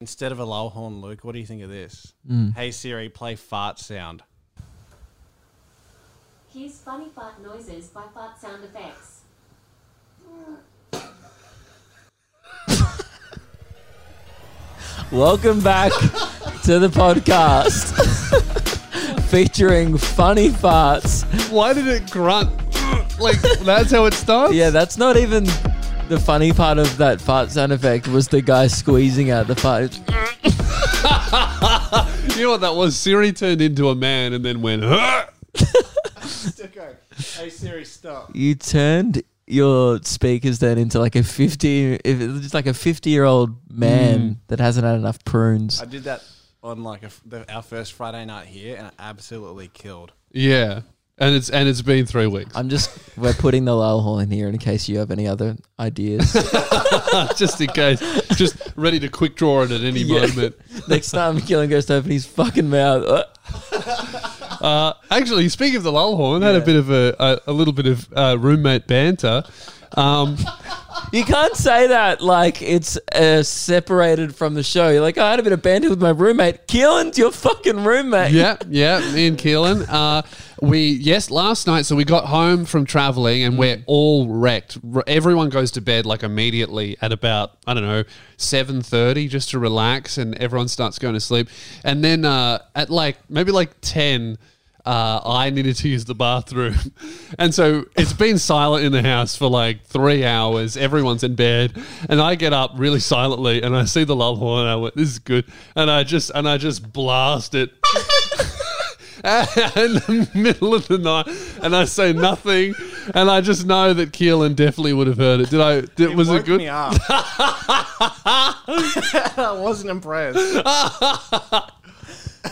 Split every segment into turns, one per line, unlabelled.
Instead of a low horn, Luke, what do you think of this?
Mm.
Hey Siri, play fart sound.
Here's funny fart noises by fart sound effects.
Welcome back to the podcast featuring funny farts.
Why did it grunt? like that's how it starts.
Yeah, that's not even the funny part of that fart sound effect was the guy squeezing out the fart.
you know what that was? Siri turned into a man and then went. "Huh?"
Hey Siri, stop.
You turned your speakers then into like a 50 if it's just like a 50 year old man that hasn't had enough prunes.
I did that on like a f the, our first Friday night here, and I absolutely killed.
Yeah, and it's and it's been three weeks.
I'm just we're putting the lull hall in here in case you have any other ideas.
just in case, just ready to quick draw it at any
Yeah.
moment.
Next time Killing Ghost open his fucking mouth. Uh,
Uh, actually, speaking of the lull horn, had a bit of a, a, a little bit of uh, roommate banter. Um,
You can't say that like it's uh, separated from the show. You're like, "Oh, I had a bit of banter with my roommate. Keelan's your fucking roommate.
yeah, yeah, me and Keelan. Uh, we yes, last night. So we got home from traveling, and we're all wrecked. R- Everyone goes to bed like immediately at about I don't know seven thirty, just to relax, and everyone starts going to sleep. And then uh, at like maybe like ten. Uh, I needed to use the bathroom. And so it's been silent in the house for like three hours. Everyone's in bed. And I get up really silently and I see the lull horn and I went, this is good. And I just and I just blast it in the middle of the night, and I say nothing, and I just know that Keelan definitely would have heard it. Did I? Did, was
woke
it good?
Me up. I wasn't impressed.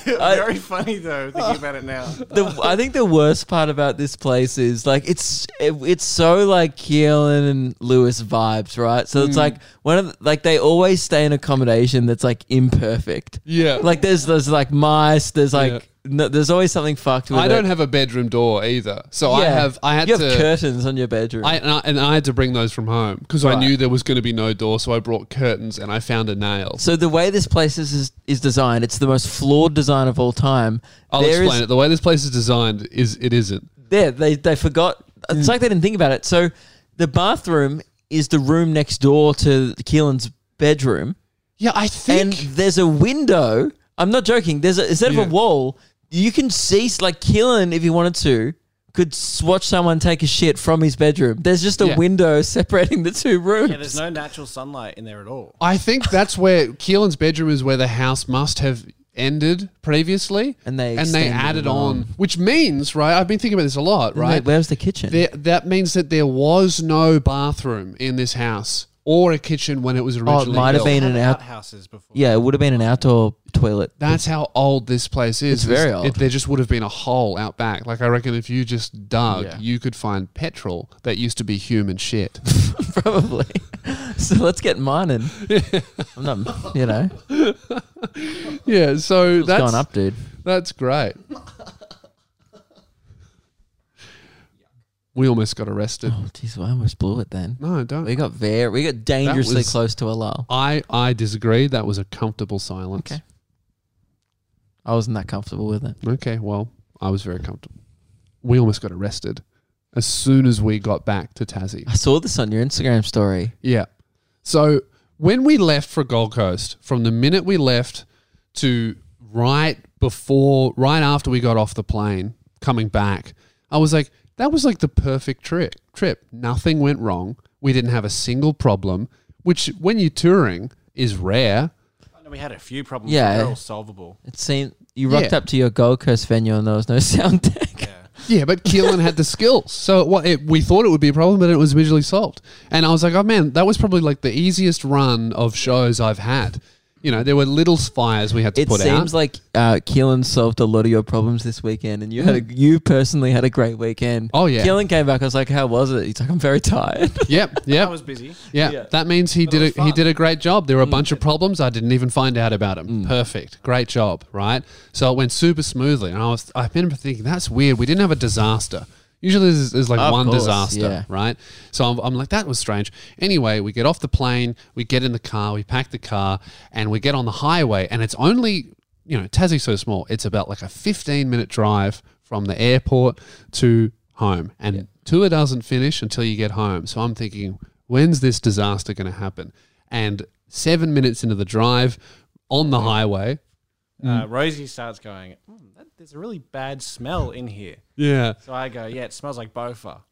Very funny though, thinking about it now.
The, I think the worst part about this place is like it's it, it's so like Keelan and Lewis vibes, right? So
Hmm.
it's like one of the, like they always stay in accommodation that's like imperfect.
Yeah.
Like there's there's like mice. There's like
Yeah.
no, there's always something fucked with
I
it.
don't have a bedroom door either, so I have. I had
you
to.
have curtains on your bedroom.
I, and I and I had to bring those from home because I
Right.
knew there was going to be no door, so I brought curtains and I found a nail.
So the way this place is, is is designed, it's the most flawed design of all time.
I'll
There
explain
is-
it. The way this place is designed is it isn't.
There, they they forgot. It's like they didn't think about it. So the bathroom is the room next door to Keelan's bedroom,
Yeah, I
and
think.
there's a window. I'm not joking. There's a, instead
Yeah.
of a wall, you can see like Keelan if he wanted to. Could s- watch someone take a shit from his bedroom. There's just a
Yeah.
window separating the two rooms.
Yeah, there's no natural sunlight in there at all.
I think that's where Keelan's bedroom is where the house must have ended previously,
And they
and they
extended
added
it
on,
on.
which means right. I've been thinking about this a lot,
Wait,
right?
where's the kitchen?
There, that means that there was no bathroom in this house or a kitchen when it was
oh,
originally
it might have
built.
been an out.
Outhouses before.
Yeah, it would have been an outdoor toilet.
That's how old this place
It's
is.
very old.
there just would have been a hole out back. Like I reckon, if you just dug,
Yeah.
you could find petrol that used to be human shit.
probably. so let's get mining. I'm not, you know, what's
yeah. So that's
going up, dude.
That's great. we almost got arrested.
Oh, jeez, well, I almost blew it then.
No, don't.
We got very, we got dangerously
was-
close to a lull.
I I disagree. That was a comfortable silence.
Okay. I wasn't that comfortable with it.
Okay, well, I was very comfortable. We almost got arrested as soon as we got back to Tassie.
I saw this on your Instagram story.
Yeah. So when we left for Gold Coast, from the minute we left to right before, right after we got off the plane, coming back, I was like, that was like the perfect trip. Trip. Nothing went wrong. We didn't have a single problem, which when you're touring is rare.
No, we had a few problems.
Yeah.
Yeah, they're all solvable.
It seemed you rocked
Yeah.
up to your Gold Coast venue and there was no sound deck.
Yeah, but Keelan had the skills. So it, wa- it, we thought it would be a problem, but it was visually solved. And I was like, oh man, that was probably like the easiest run of shows I've had. You know, there were little fires we had to
It
put out.
seems like uh, Keelan solved a lot of your problems this weekend, and you had a, you personally had a great weekend.
Oh, yeah.
Keelan came back. I was like, "How was it?" He's like, "I'm very tired."
yep,
I
yep,
was busy.
yeah.
yeah.
That means he
it was
did a, he
fun. Mm.
did a great job. There were a bunch of problems I didn't even find out about him. Perfect, great job, right? So it went super smoothly, and I was I remember thinking that's weird. We didn't have a disaster. Usually there's, there's like
Of
one
course,
disaster,
yeah.
right? So I'm, I'm like, that was strange. Anyway, we get off the plane, we get in the car, we pack the car, and we get on the highway. And it's only, you know, Tassie's so small. It's about like a 15 minute drive from the airport to home. And tour doesn't finish until you get home. So I'm thinking, when's this disaster going to happen? And seven minutes into the drive on the highway.
Mm.
Uh, Rosie starts going, mm, that, there's a really bad smell in here.
Yeah.
So I go, yeah, it smells like Bofa.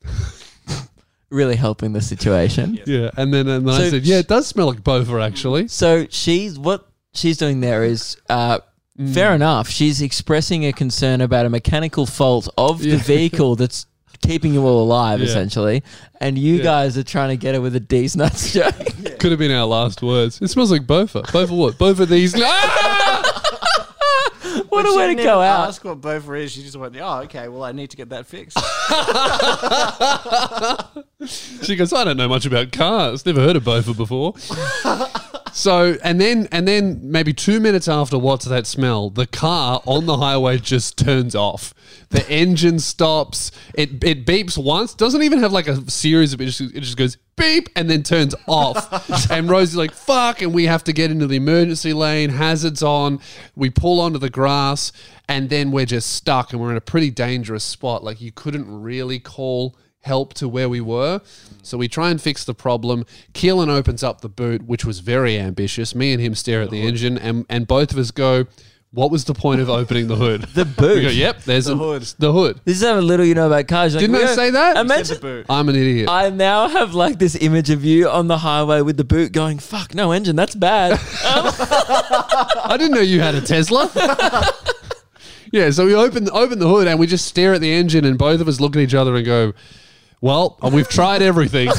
Really helping the situation.
Yeah, and then and then I
So-
said, yeah, it does smell like Bova actually.
So she's what she's doing there is uh,
Mm.
fair enough. She's expressing a concern about a mechanical fault of the vehicle that's keeping you all alive,
Yeah.
essentially. And you
Yeah.
guys are trying to get her with a D's nuts joke.
Could have been our last words. It smells like Bova. Bova what? Bova these. Ah!
what
But
a
she
way to
didn't
go
even
out.
Ask what Bofa is. She just went, oh, okay. Well, I need to get that fixed.
She goes, I don't know much about cars. Never heard of Bova before. so and then and then maybe two minutes after what's that smell? The car on the highway just turns off. The engine stops. It it beeps once. Doesn't even have like a series of it just, it just goes beep and then turns off. and Rosie's like, fuck, and we have to get into the emergency lane, hazards on, we pull onto the grass, and then we're just stuck and we're in a pretty dangerous spot. Like you couldn't really call help to where we were. So we try and fix the problem. Keelan opens up the boot, which was very ambitious. Me and him stare at the engine and, and both of us go, what was the point of opening the hood? The
boot.
We go, yep, there's the
hood.
The hood.
This is how little you know about cars. You're like,
Didn't I
we don't-
say that?
It's
Imagine,
a boot.
I'm an idiot.
I now have like this image of you on the highway with the boot going, fuck, no engine, that's bad.
I didn't know you had a Tesla. yeah, so we open open the hood and we just stare at the engine, and both of us look at each other and go, "Well, we've tried everything."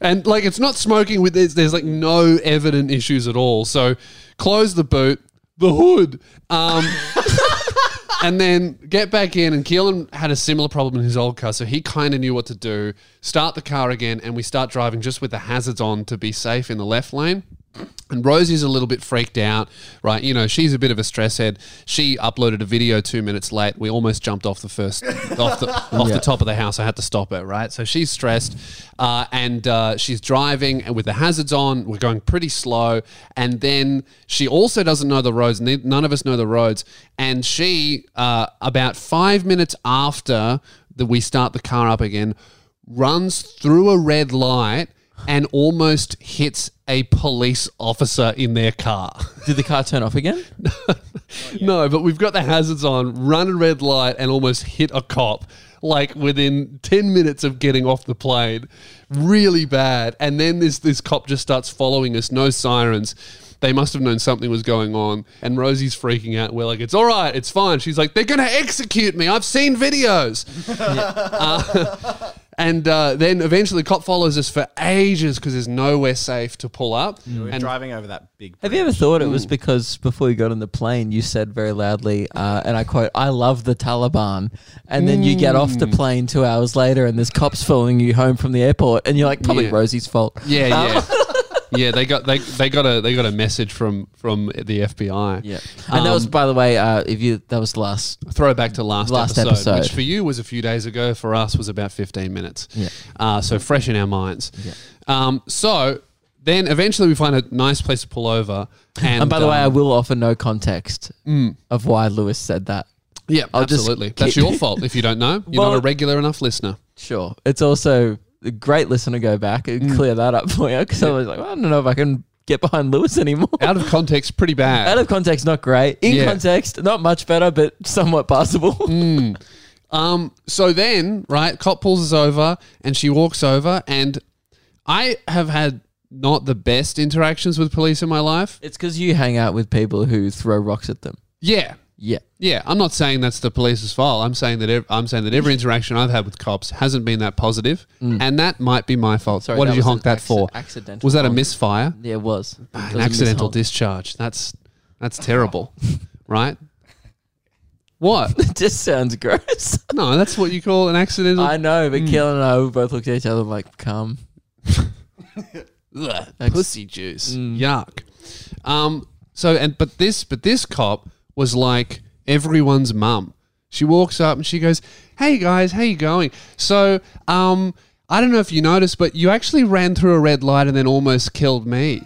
and like, it's not smoking with there's, there's like no evident issues at all. So close the boot, the hood. Um, and then get back in. And Keelan had a similar problem in his old car, so he kind of knew what to do. Start the car again, and we start driving just with the hazards on to be safe in the left lane. And Rosie's a little bit freaked out, right? You know, she's a bit of a stress head. She uploaded a video two minutes late. We almost jumped off the first, off the off the top of the house. I had to stop her, right? So she's stressed, uh, and uh, she's driving and with the hazards on. We're going pretty slow, and then she also doesn't know the roads. Ne- None of us know the roads, and she uh, about five minutes after that we start the car up again, runs through a red light and almost hits a police officer in their car.
Did the car turn off again?
No, but we've got the hazards on, run a red light, and almost hit a cop. Like within ten minutes of getting off the plane, really bad. And then this this cop just starts following us, no sirens. They must have known something was going on. And Rosie's freaking out. We're like, it's all right, it's fine. She's like, they're gonna execute me. I've seen videos. Uh, and uh, then eventually, cop follows us for ages because there's nowhere safe to pull up.
We're
And
driving over that big.
Have you ever thought it was because before you got on the plane, you said very loudly, uh, and I quote, I love the Taliban. And then you get off the plane two hours later and there's cops following you home from the airport. And you're like, probably
Yeah.
Rosie's fault.
Yeah, yeah. yeah, they got they they got a they got a message from from the FBI.
And that was, by the way, uh, if you that was last.
Throwback to last,
Last
episode,
episode.
which for you was a few days ago, for us was about fifteen minutes.
Yeah.
Uh, so fresh in our minds. Yeah. Um, so then eventually we find a nice place to pull over. And,
And by the way, I
um,
will offer no context of why Lewis said that.
yeah,
I'll just
absolutely.
keep-
That's your fault if you don't know. You're not
Well-
a regular enough listener.
Sure. It's also a great listener to go back and clear that up for you because I was like, well, I don't know if I can get behind Lewis anymore.
Out of context, pretty bad.
Out of context, not great. In
Yeah. Mm.
context, not much better, but somewhat passable.
Um, so then, right, cop pulls us over and she walks over and I have had not the best interactions with police in my life.
It's because you hang out with people who throw rocks at them.
Yeah.
Yeah.
Yeah, I'm not saying that's the police's fault. I'm saying that ev- I'm saying that every interaction I've had with cops hasn't been that positive, and that might be my fault.
Mm. Sorry,
what
that
did you
was
honk
an
that
acci-
for?
accidental
Was that a
honk.
misfire?
Yeah, it was. It was
an
a
accidental
mishap.
discharge. That's that's terrible, right? What?
It just sounds gross.
No, that's what you call an accidental.
I know,
Mm.
but Keelan and I we both looked at each other like, come.
Ugh, pussy juice. Yuck. Um. So and but this but this cop was like everyone's mum. She walks up and she goes, "Hey guys, how you going?" So, um, I don't know if you noticed, but you actually ran through a red light and then almost killed me.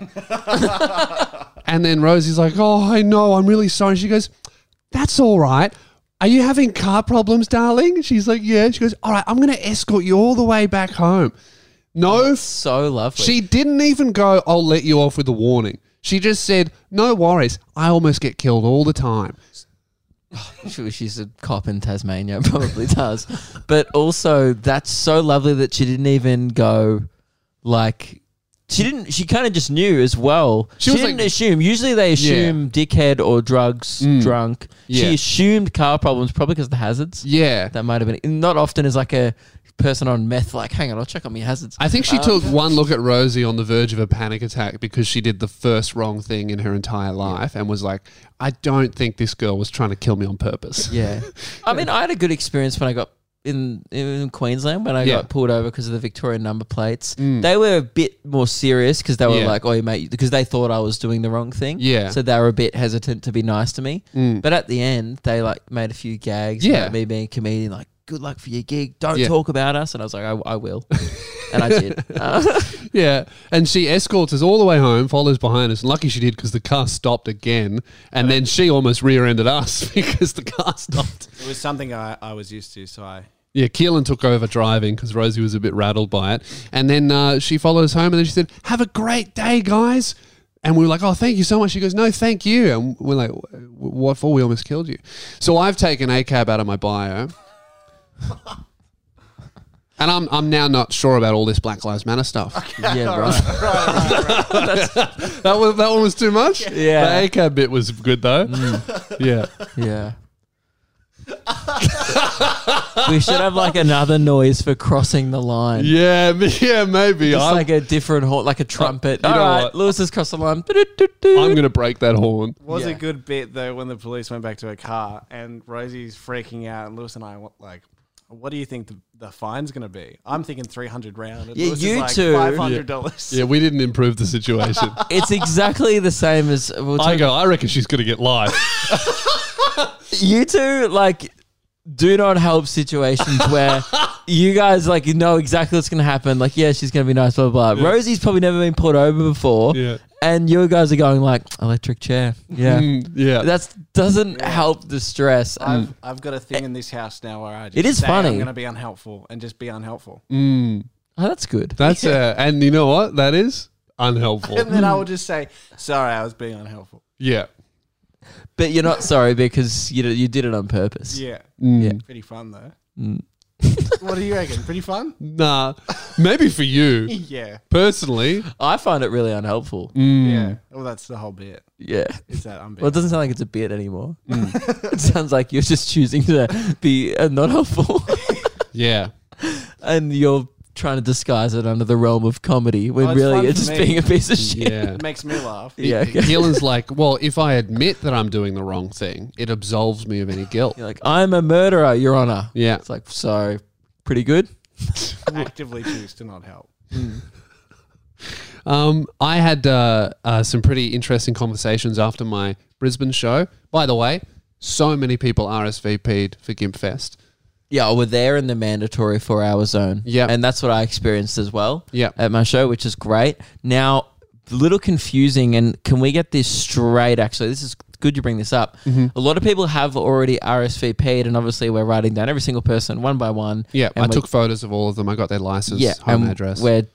and then Rosie's like, "Oh, I know. I'm really sorry." She goes, "That's all right." Are you having car problems, darling? She's like, "Yeah." She goes, "All right, I'm going to escort you all the way back home." No
So lovely.
she didn't even go, I'll let you off with a warning. She just said, No worries. I almost get killed all the time.
She- she's a cop in Tasmania, probably does. But also, that's so lovely that she didn't even go, like, she didn't. She kind of just knew as well. She,
She was
didn't
like- Mm.
assume. Usually, they assume dickhead or drugs, drunk.
Yeah.
She assumed car problems, probably because of the hazards.
Yeah.
That might have been. and Not often is like a person on meth. Like, hang on, I'll check on my hazards.
I think she took
Um,
one look at Rosie on the verge of a panic attack because she did the first wrong thing in her entire life and was like, I don't think this girl was trying to kill me on purpose.
Yeah. I mean, I had a good experience when I got in in Queensland when I
Yeah. Mm.
got pulled over because of the Victorian number plates. They were a bit more serious because they were
Yeah.
like, "Oh, mate," because they thought I was doing the wrong thing.
Yeah. Mm.
So they were a bit hesitant to be nice to me. But at the end, they like made a few gags
Yeah.
about me being a comedian, like. Good luck for your gig. Don't
Yeah.
talk about us. And I was like, I, I will. and I did. Uh,
Yeah. And she escorts us all the way home, follows behind us. And lucky she did because the car stopped again. And then she almost rear ended us because the car stopped.
It was something I, I was used to, so I.
Yeah, Keelan took over driving because Rosie was a bit rattled by it. And then uh, she followed us home and then she said, Have a great day, guys. And we were like, Oh, thank you so much. She goes, No, thank you. And we're like, "Wh- What for? We almost killed you. So I've taken ACAB out of my bio. and I'm, I'm now not sure about all this Black Lives Matter stuff.
yeah, right.
that, was, that one was too much?
Yeah. Mm.
The ACAB bit was good, though. Yeah.
Yeah. we should have like another noise for crossing the line.
Yeah, yeah, maybe.
Just
I'm,
like a different horn, like a trumpet.
you
All
know
right,
what?
Lewis has crossed the line. Do-do-do-do.
I'm going to break that horn.
Was
Yeah.
a good bit though when the police went back to her car and Rosie's freaking out and Lewis and I were like, "What do you think the, the fine's gonna be?" I'm thinking 300 round. And
Yeah,
Lewis is
you
like,
two.
Five hundred dollars.
Yeah, we didn't improve the situation.
It's exactly the same as we'll
I
talk-
go, I reckon she's going to get live.
you two. Like, do not help situations where you guys like know exactly what's gonna happen. Like, yeah, she's gonna be nice, blah blah. blah. Rosie's probably never been pulled over before,
Yeah.
and you guys are going like electric chair. Yeah,
Mm, yeah.
that doesn't help the stress.
I've, I've got a thing in this house now where I just
It is
say
funny.
I'm gonna be unhelpful and just be unhelpful,
oh, that's good.
That's uh, and you know what? That is unhelpful.
and then I will just say, "Sorry, I was being unhelpful."
yeah.
but you're not sorry because you you did it on purpose.
Yeah, Mm.
Mm.
pretty fun though.
Mm.
what do you reckon? Pretty fun?
Nah. Maybe for you
Yeah,
personally.
I find it really unhelpful.
Mm.
yeah. Well, that's the whole bit.
Yeah.
Is that I'm being
Mm. Well, it doesn't sound like it's a bit anymore. it sounds like you're just choosing to be uh, not helpful,
Yeah.
and you're trying to disguise it under the realm of comedy when
Oh, it's fun
really
for
it's just
me.
being a piece of shit.
Yeah.
It makes me laugh.
Yeah, okay.
Keelan's like, well, if I admit that I'm doing the wrong thing, it absolves me of any guilt.
You're like, I'm a murderer, Your Honor.
Yeah.
It's like, so pretty good.
Actively choose to not help.
Um, I had uh, uh, some pretty interesting conversations after my Brisbane show. By the way, so many people RSVP'd for Gimpfest.
Yeah, we're there in the mandatory four hour zone.
Yeah.
And that's what I experienced as well.
Yeah.
At my show, which is great. Now, a little confusing, and can we get this straight? Actually, this is good you bring this up.
Mm-hmm.
A lot of people have already RSVP'd, and obviously, we're writing down every single person one by one.
Yeah,
and
I
we're-
took photos of all of them. I got their license,
yeah,
home
and
address. Mm-hmm.
We're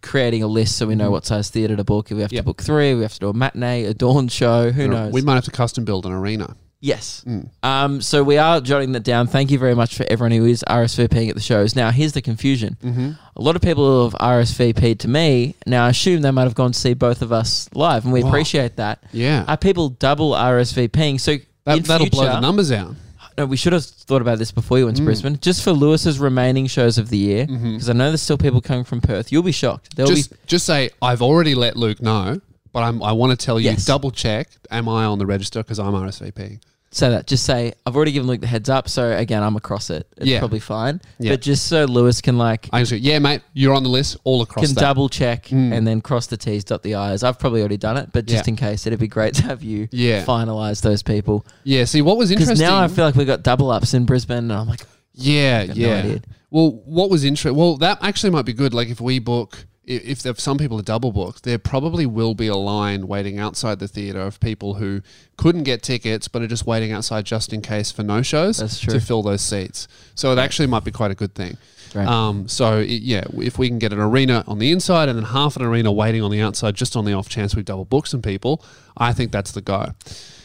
creating a list so we know what size theatre to book. If we have
Yeah.
to book three, we have to do a matinee, a dawn show, who knows?
We might have to custom build an arena.
Yes.
Mm.
Um, so we are jotting that down. Thank you very much for everyone who is RSVPing at the shows. Now, here's the confusion.
Mm-hmm.
A lot of people have RSVP'd to me. Now, I assume they might have gone to see both of us live, and we appreciate that.
Yeah.
Are people double RSVPing? So in
That, that'll blow
future-
the Mm. numbers out.
no, we should have thought about this before you went to Brisbane. Just for Lewis's remaining shows of the year, because I know there's still people coming from Perth. You'll be shocked. There'll
Mm-hmm. Just,
be
just say I've already let Luke know, but I'm, I want to tell you
Yes.
double check. Am I on the register? Because I'm RSVP.
say that. Just say I've already given Luke the heads up. So again, I'm across it. It's
Yeah.
probably fine.
Yeah.
But just so Lewis can like
I just go, yeah, mate, you're on the list all across
can
that. Mm.
double check and then cross the T's, dot the I's. I've probably already done it, but just
Yeah.
in case, it'd be great to have you
Yeah.
finalize those people.
yeah, see, what was
Because
interesting.
now I feel like we've got double ups in Brisbane, and I'm like,
Yeah,
got no
yeah.
idea.
Well, what was interesting? Well, that actually might be good. Like if we book, i- if there, some people are double booked, there probably will be a line waiting outside the theater of people who couldn't get tickets but are just waiting outside just in case for no shows
That's
to
true.
fill those seats. So it actually might be quite a good thing.
Right.
Um, so it, yeah, if we can get an arena on the inside and then half an arena waiting on the outside, just on the off chance we've double booked some people, I think that's the go.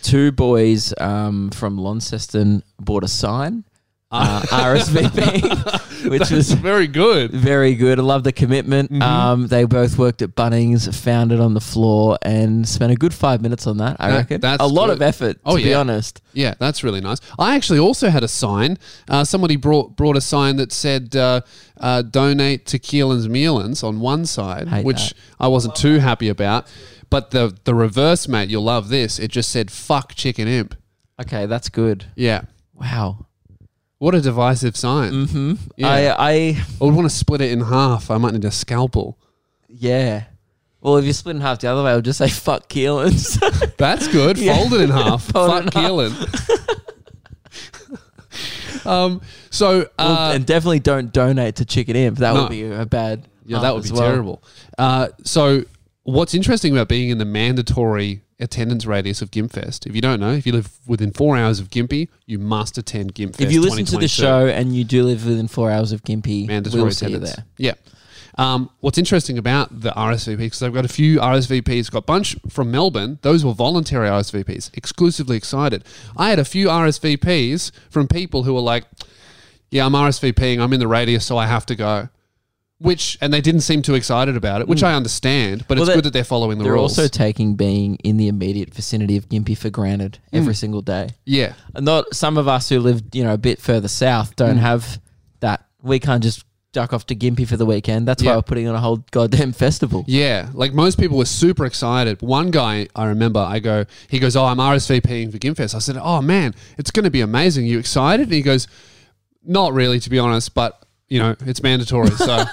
two boys um, from Launceston bought a sign,
Ah.
uh, RSVP, which was
very good.
very good. I love the commitment.
Mm-hmm.
Um, they both worked at Bunnings, found it on the floor, and spent a good five minutes on that. I
That-
reckon
that's
a lot
good.
of effort.
Oh,
to be
yeah.
honest,
Yeah, that's really nice. I actually also had a sign. Uh, somebody brought brought a sign that said uh, uh, "Donate to Keelan's Mealins" on one side,
Hate
which
that.
I wasn't too happy about. But the the reverse, mate, you'll love this. It just said "fuck chicken imp."
okay, that's good.
Yeah,
Wow. Hmm?
what a divisive sign.
Mm.
Mm-hmm. Yeah, I,
I, I,
would want to split it in half. I might need a scalpel.
yeah. Well, if you split in half the other way, I'll just say fuck Keelan's.
Uh, That's good.
Yeah.
Fold it in half.
Fold
fuck
it in half.
Keelan. um. So uh,
and definitely don't donate to Chicken Imp. That
No.
would be a bad.
Yeah,
up
that would
as
be
well.
terrible. Uh, so, what's interesting about being in the mandatory attendance radius of Gimpfest, if you don't know, if you live within four hours of Gimpy, you must attend Gimpfest.
If you listen to the
2022.
show and you do live within four hours of Gimpy,
mandatory
we'll see you
attendance.
there.
Yeah. Um, what's interesting about the RSVP, because I've got a few RSVPs, got a bunch from Melbourne. Those were voluntary RSVPs, exclusively excited. I had a few RSVPs from people who were like, yeah, I'm RSVPing, I'm in the radius, so I have to go. Which, and they didn't seem too excited about it, which I understand, but
Hmm. Well,
it's
they-
good that they're following the
They're
rules.
also taking being in the immediate vicinity of Gimpy for granted
Hmm.
every single day.
yeah.
And not some of us who live, you know, a bit further south don't
Hmm.
have that. We can't just duck off to Gimpy for the weekend. That's
Yeah.
why we're putting on a whole goddamn festival.
Yeah, like most people were super excited. One guy I remember, I go, he goes, "Oh, I'm RSVPing for Gimfest." I said, "Oh man, it's going to be amazing. You excited?" And he goes, "Not really, to be honest, but you know, it's mandatory." So,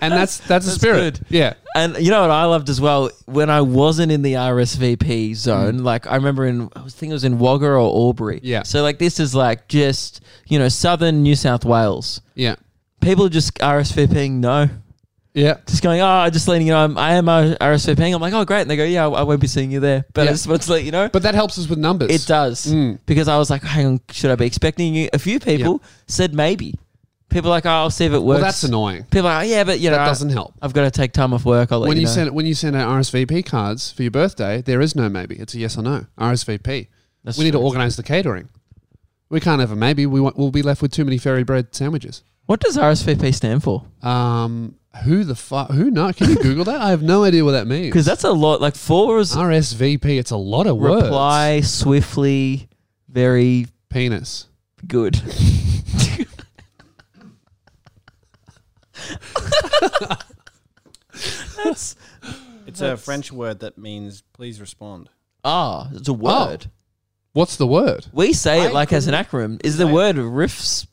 and that's that's, the spirit.
good.
Yeah,
And you know what I loved as well when I wasn't in the RSVP zone. Like I remember in I was- think it was in Wagga or Albury.
Mm. Yeah.
So like this is like just you know southern New South Wales.
yeah,
People just RSVPing no,
yeah.
just going oh just letting you know I'm, I am uh, RSVPing. I'm like oh great, and they go yeah I I won't be seeing you there, but
Yeah.
I just wanted to let you know.
But Mm. that helps us with numbers.
it does because I was like hang on should I be expecting you? A few people said maybe. People like oh, I'll see if it works.
Well, that's annoying.
People are like, "Oh, yeah, but you know
That
I-
doesn't help.
I've got to take time off work. I'll let
When
you
you
know.
send when you send out RSVP cards for your birthday, there is no maybe. It's a yes or no. RSVP.
That's
we need to
true.
organise the catering. We can't have a maybe. We want, we'll be left with too many fairy bread sandwiches.
What does RSVP stand for?
Um, who the fuck? Who knows? Can you Google that? I have no idea what that means.
Because that's a lot. Like four is
RSVP. It's a lot of words.
reply swiftly, very
Penis.
good. that's
It's a French word that means please respond.
ah, it's
Oh.
a word.
What's the word?
We say
I
it like as an acronym. Is the
I-
word riffs?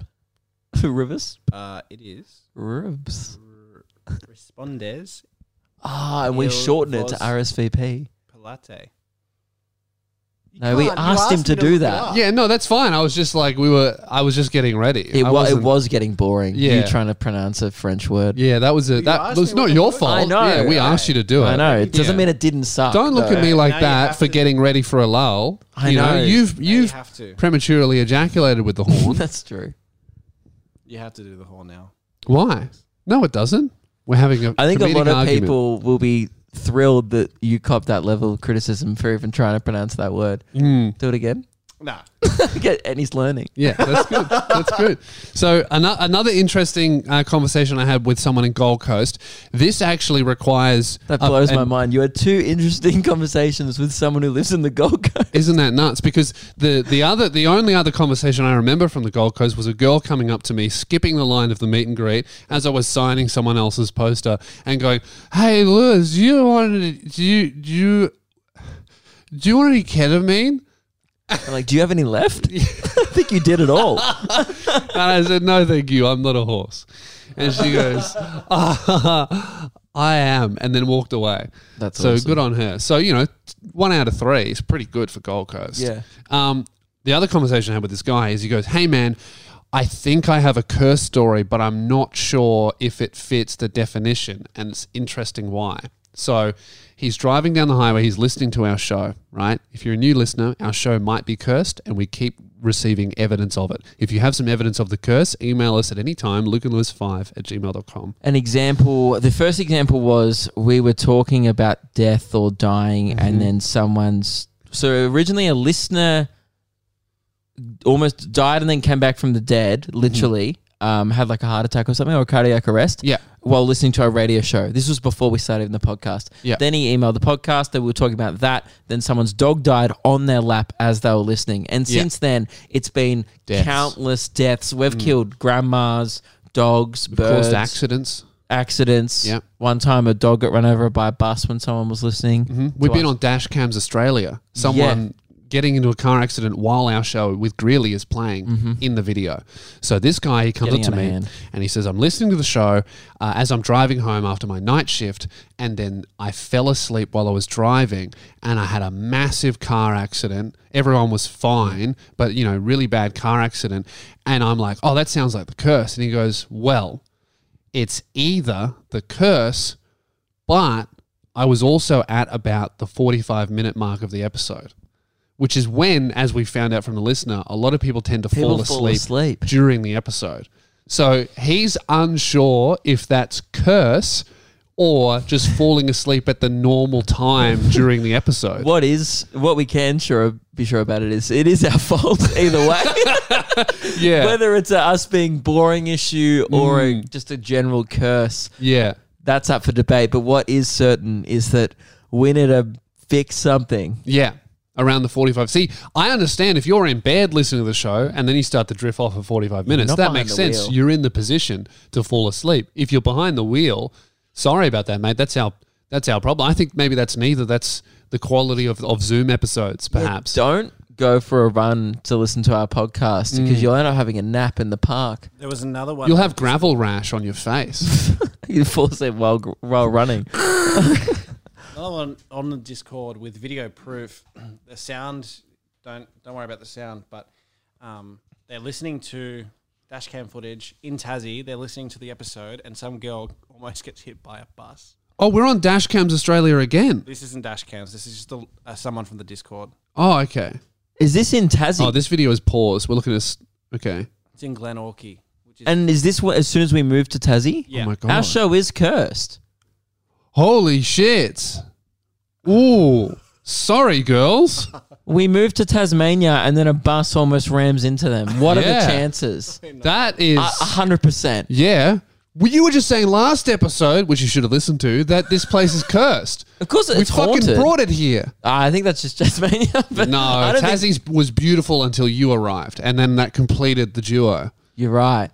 Rivers?
Uh, it is
Ribs.
respondes
Ah, and we
Il
shorten it to
vos-
RSVP.
pilate.
No, we
can't. You
asked him
asked
to
me to look
do
it
that.
up.
Yeah, no, that's fine. I was just like we were. I was just getting ready.
It,
I
wa- it
wasn't-
was getting boring.
Yeah.
You trying to pronounce a French word.
Yeah, that was a.
You
That
asked
was
me
not
what
your
the word-
fault.
I know.
Yeah, we
I-
asked you to do it.
I know. It doesn't
Yeah.
mean it didn't suck.
Don't look
though.
at me like
Now you
that
have
for
to-
getting ready for a lull.
I
you know,
know.
you've
You
you've
have to.
prematurely ejaculated with the horn.
That's true.
You have to do the horn now.
Why? No, it doesn't. We're having a.
I think a
comedic
lot of
argument.
people will be thrilled that you copped that level of criticism for even trying to pronounce that word.
Mm.
Do it again.
Nah.
Get- and he's learning.
Yeah, that's good. that's good. So an- another interesting uh, conversation I had with someone in Gold Coast. This actually requires
That
a-
blows my
an-
mind. You had two interesting conversations with someone who lives in the Gold Coast.
Isn't that nuts? Because the the other the only other conversation I remember from the Gold Coast was a girl coming up to me, skipping the line of the meet and greet as I was signing someone else's poster, and going, "Hey, Liz, you wanted you you." Do you want any ketamine?
I'm like, do you have any left? I think you did it all.
And I said, No, thank you. I'm not a horse. And she goes, "Ah, I am. And then walked away.
That's
so
awesome.
good on her. So, you know, t- one out of three is pretty good for Gold Coast.
Yeah.
Um, the other conversation I had with this guy is he goes, Hey, man, I think I have a curse story, but I'm not sure if it fits the definition. And it's interesting why. So he's driving down the highway, he's listening to our show, right? If you're a new listener, our show might be cursed, and we keep receiving evidence of it. If you have some evidence of the curse, email us at any time, lukeandlewis5 at gmail.com.
An example, the first example was we were talking about death or dying,
Mm-hmm.
and then someone's. So originally, a listener almost died and then came back from the dead,
Mm-hmm.
literally, um, had like a heart attack or something or a cardiac arrest.
Yeah.
while listening to our radio show. This was before we started even the podcast.
Yeah.
Then he emailed the podcast that we were talking about that. Then someone's dog died on their lap as they were listening. And
Yeah.
since then, it's been
Deaths. Mm.
countless deaths. We've killed grandmas, dogs, birds,
Caused accidents.
accidents.
Yeah.
One time a dog got run over by a bus when someone was listening.
Mm-hmm. We've been on Dash Cams Australia. Someone getting into a car accident while our show with Greeley is playing in the video. So this guy, he comes
Mm-hmm. Getting
up to
out of
me
hand.
and he says, I'm listening to the show uh, as I'm driving home after my night shift. And then I fell asleep while I was driving and I had a massive car accident. Everyone was fine, but, you know, really bad car accident. And I'm like, oh, that sounds like the curse. And he goes, well, it's either the curse, but I was also at about the 45 minute mark of the episode, which is when, as we found out from the listener, a lot of people tend to
People
fall,
fall
asleep,
asleep.
during the episode. So he's unsure if that's curse or just falling asleep at the normal time during the episode.
What is what we can sure be sure about it is it is our fault either way.
Yeah. Mm.
Whether it's a us being boring issue or a, just a general curse.
yeah.
that's up for debate. But what is certain is that we need to fix something.
Yeah. Around the 45. See, I understand if you're in bed listening to the show and then you start to drift off for 45 minutes,
not
that
behind
makes
the
sense.
wheel.
You're in the position to fall asleep. If you're behind the wheel, sorry about that, mate. That's our that's our problem. I think maybe that's neither. That's the quality of, of Zoom episodes, perhaps.
Don't go for a run to listen to our podcast
Mm.
because you'll end up having a nap in the park.
There was another one.
You'll have gravel rash on your face.
You fall asleep while gr- while running.
another one on the Discord with video proof. The sound. Don't don't worry about the sound, but um, they're listening to dash cam footage in Tassie. They're listening to the episode, and some girl almost gets hit by a bus.
oh, we're on Dash Cams Australia again.
This isn't dash cams. This is just a, uh, someone from the Discord.
Oh, okay.
Is this in Tassie?
Oh, this video is paused. We're looking at. s- Okay. Oh
It's in Glen Orkey, which is
and is this what, as soon as we move to Tassie?
yeah.
Oh my god.
Our show is cursed.
Holy shit. Ooh. Sorry, girls.
We moved to Tasmania and then a bus almost rams into them. What are
Yeah.
the chances?
That is,
A a hundred percent.
yeah. Well, you were just saying last episode, which you should have listened to, that this place is cursed.
Of course,
we
it's
fucking
haunted. Ah,
brought it here.
I think that's just Tasmania.
No,
But I don't think
Tassie's was beautiful until you arrived, and then that completed the duo.
you're right.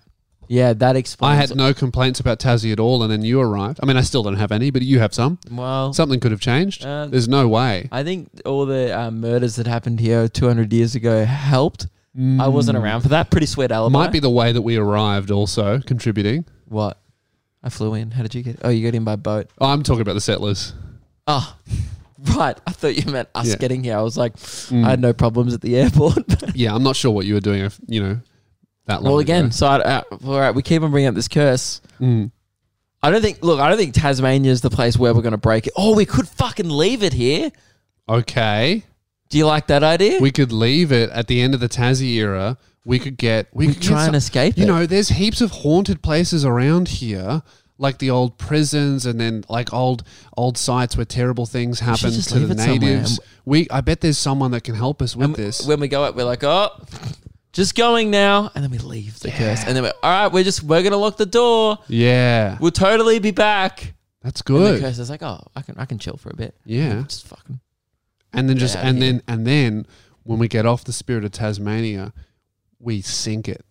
Yeah, that explains.
I had no complaints about Tassie at all, and then you arrived. I mean, I still don't have any, but you have some.
well.
Something could have changed.
Oh. Uh,
There's no way.
I think all the uh, murders that happened here 200 years ago helped. I wasn't around for that. Pretty sweet alibi.
Mm. Might be the way that we arrived, also contributing.
What? I flew in. How did you get? Oh, you got in by boat.
Oh, I'm talking about the settlers.
Oh, right. I thought you meant us
Yeah. Mm.
getting here. I was like, I had no problems at the airport.
Yeah, I'm not sure what you were doing. If, you know, that long
well, again,
ago. Mm.
so I, uh, all right, we keep on bringing up this curse. I don't think. Look, I don't think Tasmania is the place where we're going to break it. Oh, we could fucking leave it here.
Okay.
Do you like that idea?
we could leave it at the end of the Tassie era. We could get we,
We
could
could try
get
and escape
You
it.
know, there's heaps of haunted places around here, like the old prisons, and then like old old sites where terrible things happen
just
to the
leave it somewhere
natives.
and-
We I bet there's someone that can help us with this.
when we go up, we're like, oh, just going now, and then we leave the curse, and then we're all right. We're just we're gonna lock the door.
yeah,
We'll totally be back.
that's
And the
good.
curse is like, oh, I can I can chill for a bit.
Yeah,
Just fucking
and then just
outta
and
here.
then and then when we get off the spirit of Tasmania, we sink it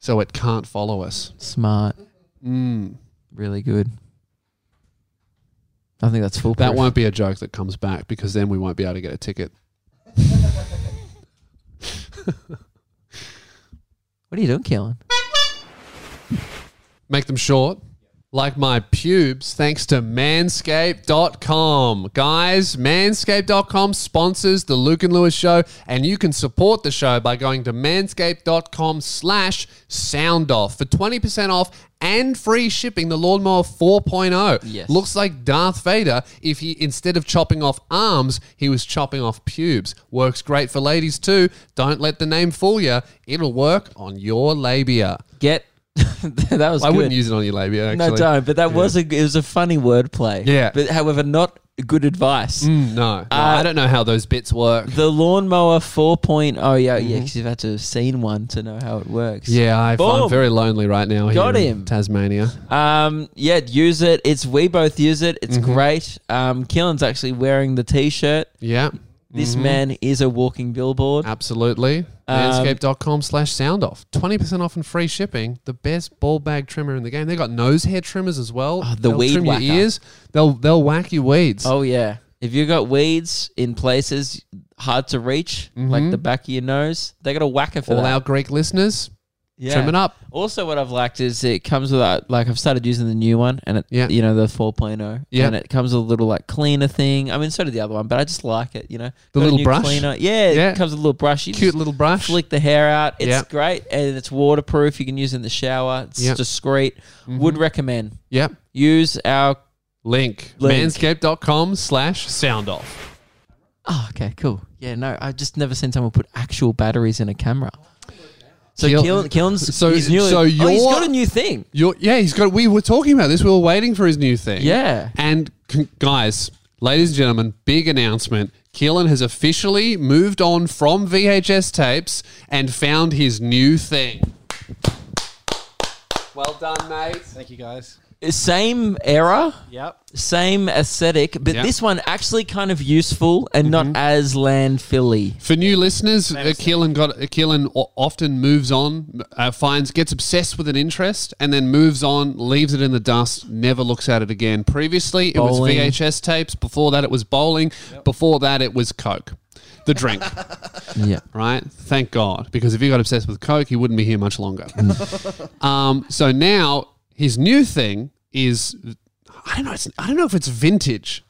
so it can't follow us.
smart,
Mm.
really good. I think that's full.
That won't be a joke that comes back because then we won't be able to get a ticket.
What are you doing, Keelan?
Make them short. Like my pubes, thanks to manscaped.com. Guys, manscaped.com sponsors the Luke and Lewis show, and you can support the show by going to manscaped.com slash sound off for 20% off and free shipping the lawnmower 4.0.
Yes.
Looks like Darth Vader if he, instead of chopping off arms, he was chopping off pubes. Works great for ladies too. Don't let the name fool you, it'll work on your labia.
Get that was
I
good.
wouldn't use it on your labia, actually.
no, don't. But that was a it was a funny wordplay.
Yeah.
But however, not good advice.
Mm,
Uh,
no, no, I don't know how those bits work.
The lawnmower 4.0. Yeah, yeah. Because you've had to have seen one to know how it works.
Mm-hmm. Yeah, I, I'm
Boom.
very lonely right now. Here
Got
in
him.
Tasmania.
Um, yeah, use it. It's we both use it. It's
Mm-hmm.
great. Um, Keelan's actually wearing the t-shirt.
Yeah,
This
Mm-hmm.
man is a walking billboard.
absolutely.
Um,
Manscaped.com slash sound off. 20% off and free shipping. The best ball bag trimmer in the game. They got nose hair trimmers as well.
Ah, the
they'll
weed
trim
whacker.
your ears. They'll they'll whack your weeds.
Oh yeah. If you got weeds in places hard to reach, like the back of your nose, they got a whacker for
Mm-hmm. All
that.
our Greek listeners,
yeah.
trim it up.
Also, what I've liked is it comes with a, like I've started using the new one, and it
Yeah.
you know the 4.0,
Yeah.
and it comes with a little like cleaner thing. I mean, so did the other one, but I just like it. You know, Got
The
a
little
new
brush?
cleaner. Yeah,
Yeah.
it comes with a little brush. You
Cute
just
little brush.
flick the hair out. It's
Yeah.
great, and it's waterproof. You can use it in the shower. It's
Yeah.
discreet. Would recommend
Yep.
use our.
Link.
Link.
Manscaped.com slash sound off.
Oh, okay, cool. Yeah, no, I've just never seen someone put actual batteries in a camera. So
Keelan-
Keelan, Keelan's
So-
he's new.
so
oh, he's
your-
got a new thing.
You're, yeah, he's got. We were talking about this. We were waiting for his new thing.
Yeah.
And c- guys, ladies and gentlemen, big announcement. Keelan has officially moved on from VHS tapes and found his new thing. Well done, mate.
Thank you guys.
Same era.
Yep.
same aesthetic, but
Yeah. Mm-hmm.
this one actually kind of useful and not as landfilly.
For new listeners, uh, Keelan got uh, Keelan o- often moves on, uh, finds gets obsessed with an interest, and then moves on, leaves it in the dust, never looks at it again. Previously,
Bowling.
it was VHS tapes. Before that, it was bowling. Before that, it was Coke, the drink.
Yeah.
right? Thank God, because if he got obsessed with coke, he wouldn't be here much longer. um, so now his new thing is, I don't know, it's, I don't know if it's vintage,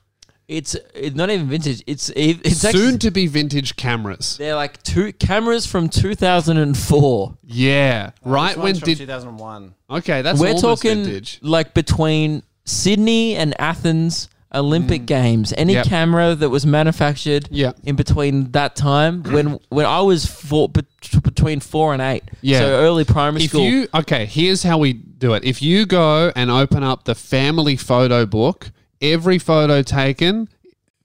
It's, it's not even vintage. It's it- it's
soon
actually,
to be vintage cameras.
they're like two cameras from 2004.
Yeah, right.
This
When
one's from
did?
2001?
Okay, that's
We're
almost
talking
vintage.
like between Sydney and Athens Olympic Games. Any
Mm. Yep.
camera that was manufactured
Yeah.
in between that time when when I was four, bet- between 4 and 8.
Yeah.
So early primary
If
school.
you okay, here's how we do it. If you go and open up the family photo book, every photo taken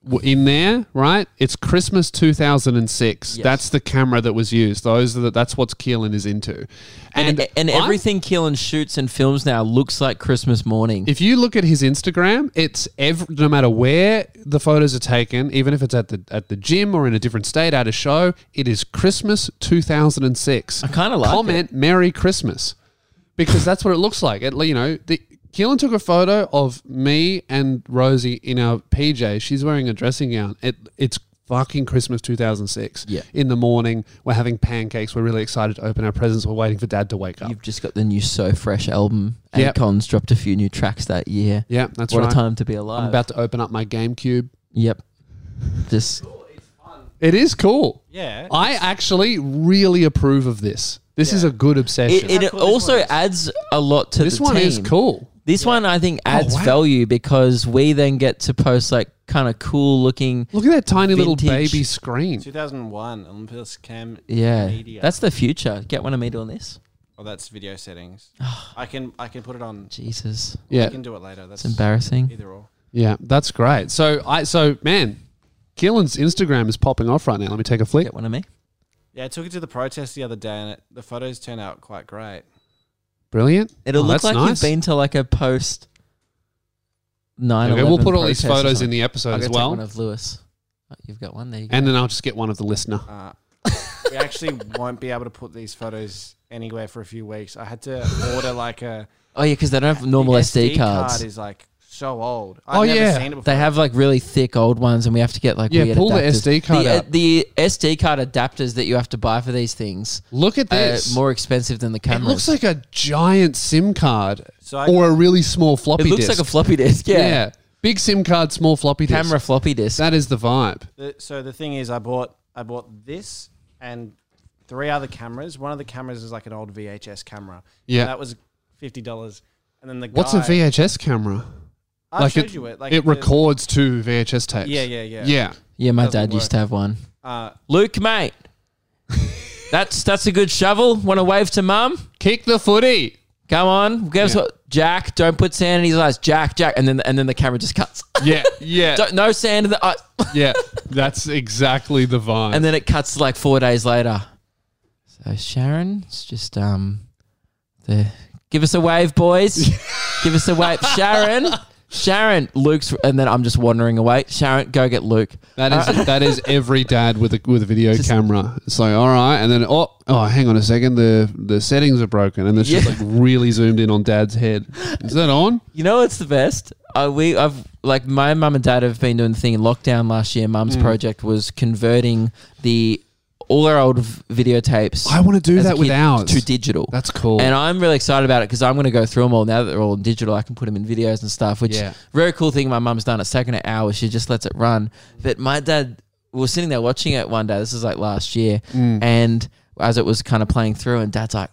w- in there, right? It's Christmas 2006.
Yes.
That's the camera that was used. Those are the, that's what Keelan is into.
and, and,
I'm-
everything Keelan shoots and films now looks like Christmas morning.
if you look at his Instagram, it's ev no matter where the photos are taken, even if it's at the at the gym or in a different state at a show, it is Christmas 2006. I
kinda like
comment Merry Christmas because that's what it looks like. It, you know, the, Keelan took a photo of me and Rosie in our PJ. She's wearing a dressing gown. It, it's fucking Christmas 2006.
Yeah.
In the morning, we're having pancakes. We're really excited to open our presents. We're waiting for Dad to wake up.
You've just got the new So Fresh album.
Yep.
Akon's dropped a few new tracks that year.
yeah, that's
what
right.
a time to be
I'm
alive.
about to open up my GameCube.
yep. Just
It is cool.
Yeah.
I actually really approve of this. This is a good obsession.
it, it
cool this
also
one is.
adds a lot to
this
the
one is
team.
cool. Oh,
This one I think adds
wow.
value because we then get to post like kind of cool looking.
Look at that tiny little
Vintage.
baby screen.
2001 Olympus Cam.
Yeah,
Media.
that's the future. Get one of me doing this.
oh, that's video settings. I can I can put it on.
Jesus,
I
Yeah,
can do it later. That's
it's embarrassing.
either or.
yeah, that's great. So I, so man, Keelan's Instagram is popping off right now. Let me take a flick.
Get one of me.
Yeah, I took it to the protest the other day, and it, the photos turned out quite great.
Brilliant.
It'll
Oh,
look
that's
like
nice.
you've been to like a post nine.
Okay, we'll put all these photos in the episode
I'll go
as
take One
well,
of Lewis. Oh, you've got one there. You go.
and then I'll just get one of the listener.
Uh, we actually won't be able to put these photos anywhere for a few weeks. I had to order like a
Oh yeah, because they don't have normal
the
SD, cards.
card is like so old. I've
Oh,
never
yeah.
seen it before.
They have like really thick old ones, and we have to get like
Yeah,
Weird
pull the
adapters.
SD card
the, uh,
out.
the SD card adapters that you have to buy for these things
Look at
are
this.
Uh, more expensive than the
it
cameras.
looks like a giant SIM card
So I-
or a really small floppy
It looks
disk.
like a floppy disk. Yeah,
yeah. big SIM card, small floppy disk.
camera floppy disk.
That is the vibe.
The, so the thing is, I bought I bought this and three other cameras. One of the cameras is like an old VHS camera.
Yeah.
that was fifty dollars. And then the
What's
guy,
a VHS camera?
I
like
showed
it-
you it. Like
it
the-
records to VHS tapes.
Yeah, yeah, yeah.
Yeah.
yeah, my
Doesn't
dad used
work.
to have one.
Uh,
Luke, mate, that's that's a good shovel. Want to wave to mum?
Kick the footy.
Come on, give us
Yeah.
what- Jack. Don't put sand in his eyes, Jack. Jack, and then and then the camera just cuts.
Yeah, yeah,
Don't- no sand in the uh, eyes,
yeah. That's exactly the vibe.
and then it cuts like four days later. So Sharon, it's just um, the give us a wave, boys. give us a wave, Sharon. Sharon, Luke's, and then I'm just wandering away. Sharon, go get Luke.
That
uh,
is that is every dad with a with a video camera. It's like all right, and then oh oh, hang on a second, the the settings are broken, and it's just
Yeah.
like really zoomed in on dad's head. Is that on?
You know what's the best? Uh, we I've like my mum and dad have been doing the thing in lockdown last year.
Mm.
Mum's project was converting the all our old v- videotapes.
I want to do
as a
that with
kid
ours.
to digital.
That's cool.
And I'm really excited about it because I'm going to go through them all now that they're all digital. I can put them in videos and stuff, which
Yeah.
very cool thing my mum's done. It's taken an hour. She just lets it run. But my dad we were sitting there watching it one day. This is like last year,
Mm.
and as it was kind of playing through, and dad's like,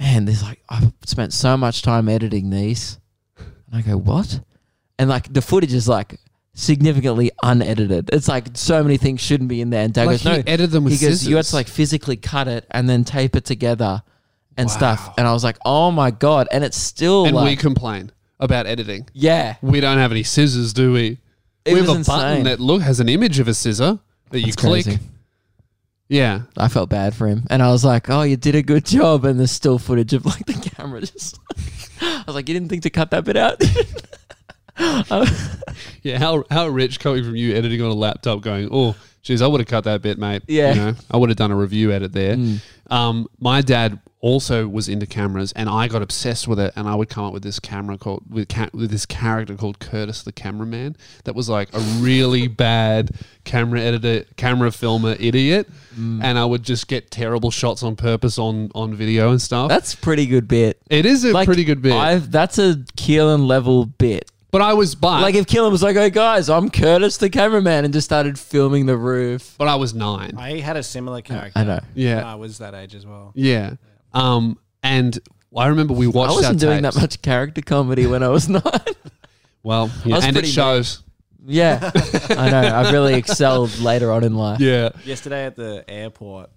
"Man, there's like I've spent so much time editing these," and I go, "What?" And like the footage is like. Significantly unedited. It's like so many things shouldn't be in there. And Dad
Like
goes, "No,
he edited them with
he goes, "You had
scissors."
to like physically cut it and then tape it together and
Wow.
stuff. And I was like, oh my God. And it's still
and we
like,
complain about editing.
yeah.
We don't have any scissors, do we?
It
we
was
have a
insane.
button that look has an image of a scissor that you
It's
click.
crazy.
Yeah,
I felt bad for him. And I was like, oh, you did a good job. And there's still footage of like the camera just. I was like, you didn't think to cut that bit out?
yeah. How how rich coming from you editing on a laptop? Going, oh, geez, I would have cut that bit, mate.
Yeah. Hmm.
you know, I would have done a review edit there. Um, my dad also was into cameras, and I got obsessed with it. And I would come up with this camera called with, ca- with this character called Curtis the cameraman that was like a really bad camera editor, camera filmer idiot,
Hmm.
and I would just get terrible shots on purpose on on video and stuff.
That's pretty good bit.
it is a pretty good bit,
I've, that's a Keelan level bit.
but I was but
Like if Keelan was like, oh, guys, I'm Curtis the cameraman and just started filming the roof.
but I was nine.
I had a similar character.
I know.
when
yeah,
I was that age as well.
Yeah. Um, and I remember we watched.
I wasn't
our
doing
tapes.
that much character comedy when I was nine.
Well, yeah,
was
and it
pretty
shows.
Yeah, I know. I really excelled later on in life.
Yeah.
Yesterday at the airport,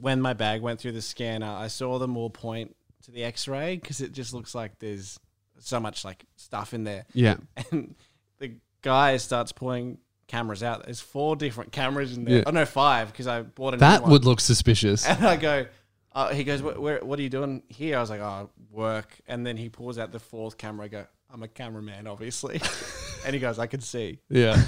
when my bag went through the scanner, I saw them all point to the X-ray because it just looks like there's so much like stuff in there.
Yeah.
and the guy starts pulling cameras out. There's four different cameras in there.
Yeah.
Oh no, five because I bought a
That
new one.
would look suspicious.
and I go. Uh, he goes, "Wh- where, "What are you doing here?" I was like, "Oh, work." And then he pulls out the fourth camera. I go, "I'm a cameraman, obviously." and he goes, "I can see."
Yeah.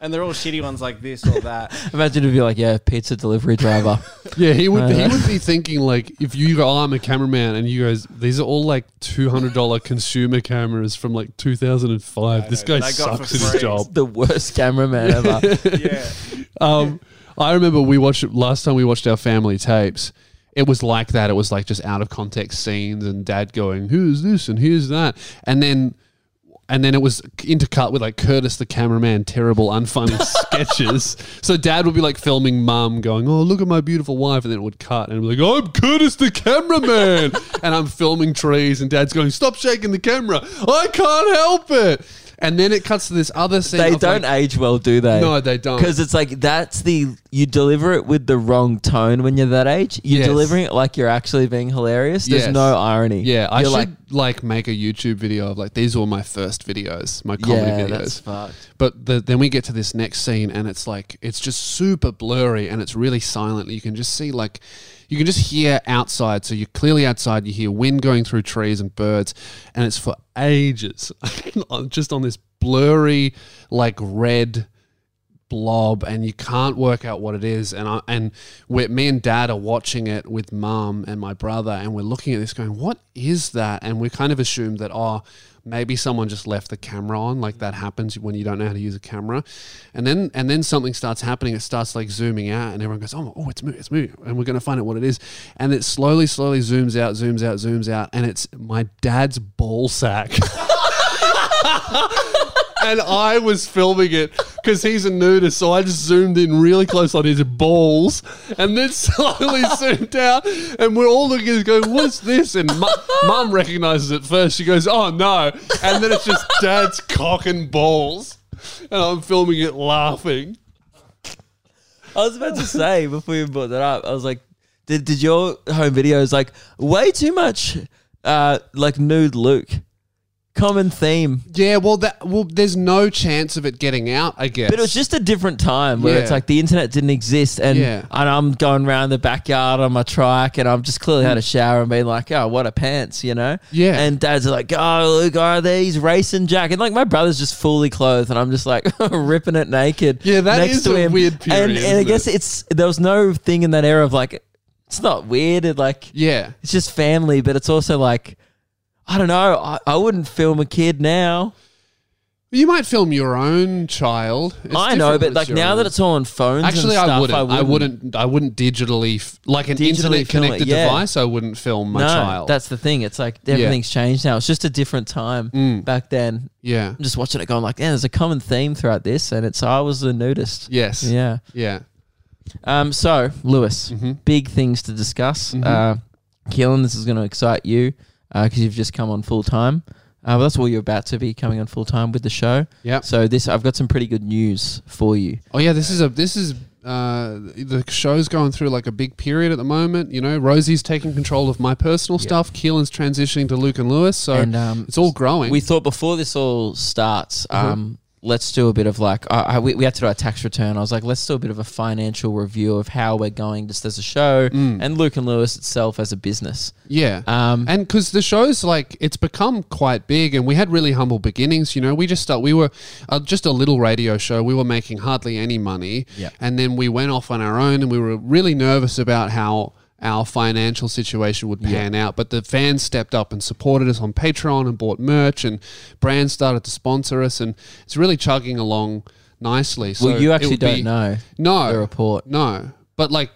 And they're all shitty ones like this or that.
Imagine if you're like, yeah, pizza delivery driver.
Yeah. He would. He
Uh-huh.
would be thinking like, if you go, "Oh, I'm a cameraman, and you guys, these are all like two hundred dollar consumer cameras from like two thousand and five. This guy
no, they got
sucks
for
at his
free.
job.
the worst cameraman ever.
yeah,
Um, I remember we watched last time we watched our family tapes. It was like that. It was like just out of context scenes and dad going, "Who's this?" and "Who's that?" and then and then it was intercut with like Curtis the cameraman, terrible, unfunny sketches. So dad would be like filming mum going, "Oh, look at my beautiful wife," and then it would cut and be like, "I'm Curtis the cameraman," and I'm filming trees, and dad's going, "Stop shaking the camera! I can't help it." And then it cuts to this other scene.
They
of,
don't
like-
age well, do they?
No, they don't.
Because it's like that's the you deliver it with the wrong tone when you're that age. You're
Yes.
delivering it like you're actually being hilarious. There's
Yes.
no irony.
Yeah, I
you're
should
like,
like, make a YouTube video of like these were my first videos, my comedy
yeah,
videos.
that's fucked.
but the, then we get to this next scene and it's like it's just super blurry and it's really silent. You can just see like you can just hear outside. So you're clearly outside. You hear wind going through trees and birds, and it's for ages, just on this blurry like red blob and you can't work out what it is and I and we me and dad are watching it with mum and my brother and we're looking at this going what is that and we kind of assumed that oh Maybe someone just left the camera on, like that happens when you don't know how to use a camera, and then and then something starts happening. It starts like zooming out, and everyone goes, "Oh, oh, it's moving, it's moving," and we're gonna find out what it is. And it slowly, slowly zooms out, zooms out, zooms out, and it's my dad's ball sack. and I was filming it because he's a nudist, so I just zoomed in really close on his balls, and then slowly zoomed out, and we're all looking and going, "What's this?" And mu- mum recognizes it first. She goes, "Oh no!" And then it's just dad's cock and balls, and I'm filming it laughing.
I was about to say before you brought that up, I was like, did, did your home videos like way too much uh like nude Luke? Common theme.
Yeah, well, that well, there's no chance of it getting out. I guess,
But it was just a different time where it's
Yeah.
like the internet didn't exist and,
Yeah.
and I'm going around the backyard on my trike and I'm just clearly had a shower and being like, oh, what a pants, you know?
Yeah.
And dad's like, oh, look, oh, there he's racing Jack. And like my brother's just fully clothed and I'm just like ripping it naked.
Yeah, that
next
is
to
a
him.
weird period,
And, and I
isn't
guess it's, there was no thing in that era of like, it's not weird. It like,
yeah,
it's just family, but it's also like, I don't know. I, I wouldn't film a kid now.
you might film your own child. It's
I know,
different
but
with
like
your
now
own.
that it's all on phones, and
Actually,
stuff,
I, wouldn't. I wouldn't. I wouldn't digitally f- like an
Digitally
internet
film it,
connected
yeah.
device. I wouldn't film my
no,
child.
That's the thing. It's like everything's changed now. It's just a different time
Mm.
back then.
yeah.
I'm just watching it going like, yeah, there's a common theme throughout this, and it's I was the nudist.
Yes.
Yeah.
Yeah.
Um. So Lewis,
Mm-hmm.
big things to discuss. Uh, Keelan, this is going to excite you because you've just come on full time. Uh, well, that's all you're about to be coming on full time with the show.
Yep.
So this, I've got some pretty good news for you.
Oh yeah. This is a. This is. Uh, the show's going through like a big period at the moment. You know, Rosie's taking control of my personal stuff. Keelan's transitioning to Luke and Lewis, so
And, um,
it's all growing.
We thought before this all starts,
Uh-huh.
um, let's do a bit of like I, I, we, we had to do our tax return. I was like, let's do a bit of a financial review of how we're going just as a show
Mm.
and Luke and Lewis itself as a business.
yeah.
Um,
and because the show's like it's become quite big and we had really humble beginnings you know we just start we were uh, just a little radio show we were making hardly any money
Yeah.
and then we went off on our own and we were really nervous about how our financial situation would pan out but the fans stepped up and supported us on patreon and bought merch and brands started to sponsor us and it's really chugging along nicely so
well, you
it
actually
would
don't
be-
know
no
the report.
no but like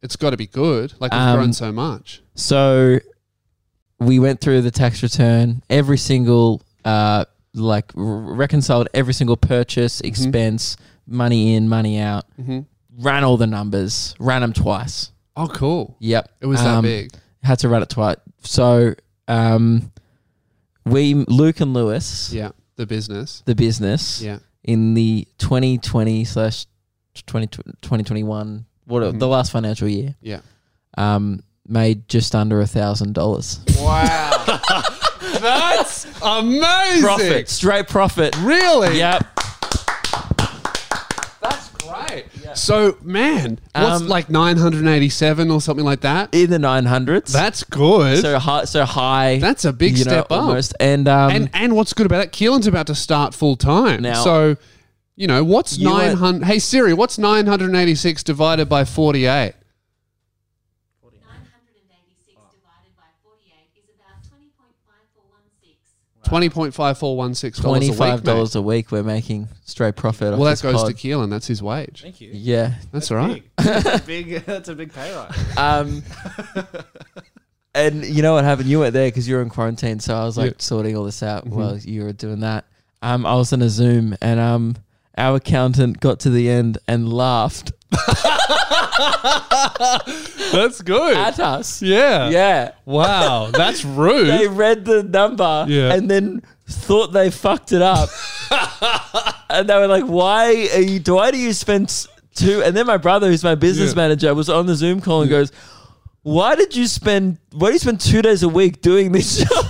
it's got to be good like we've
Um,
grown so much
So we went through the tax return, every single uh, like r- reconciled every single purchase,
Mm-hmm.
expense, money in, money out. Ran all the numbers, ran them twice.
oh cool
Yep,
it was
Um,
that big
had to run it twice. So um, we Luke and Lewis,
Yeah, the business.
the business
Yeah,
in the 2020 slash 20, 2021, what
Mm-hmm.
the last financial year,
yeah.
um, made just under a thousand dollars
Wow, that's amazing.
profit, straight profit.
Really?
Yep.
that's great. So, man, what's
Um,
like nine hundred and eighty-seven or something like that?
in the 900s.
That's good.
so high, so high.
that's a big
you know,
step up.
almost. And um,
And and what's good about it? Keelan's about to start full time.
Now-
so, you know, what's
You
nine hundred? Hey Siri, what's nine hundred and eighty-six divided by forty-eight?
986 divided by 48 is about 20.5416.
Twenty point five four one six dollars a week.
$25
mate.
a week, we're making straight profit. off
Well, that
this
goes
pod.
to Keelan. That's his wage.
Thank you.
yeah.
That's all right.
That's a big. That's a big pay rise.
Um, and you know what happened? You weren't there because you were in quarantine. So I was like
Yeah. Mm-hmm.
sorting all this out while you were doing that. Um, I was in a Zoom and um, our accountant got to the end and laughed
That's good.
at us.
yeah.
Yeah.
Wow, that's rude.
They read the number
Yeah.
and then thought they fucked it up. and they were like, why are you, why do you spend s- two? And then my brother, who's my business
Yeah.
manager, was on the Zoom call and goes, why did you spend, why do you spend two days a week doing this show?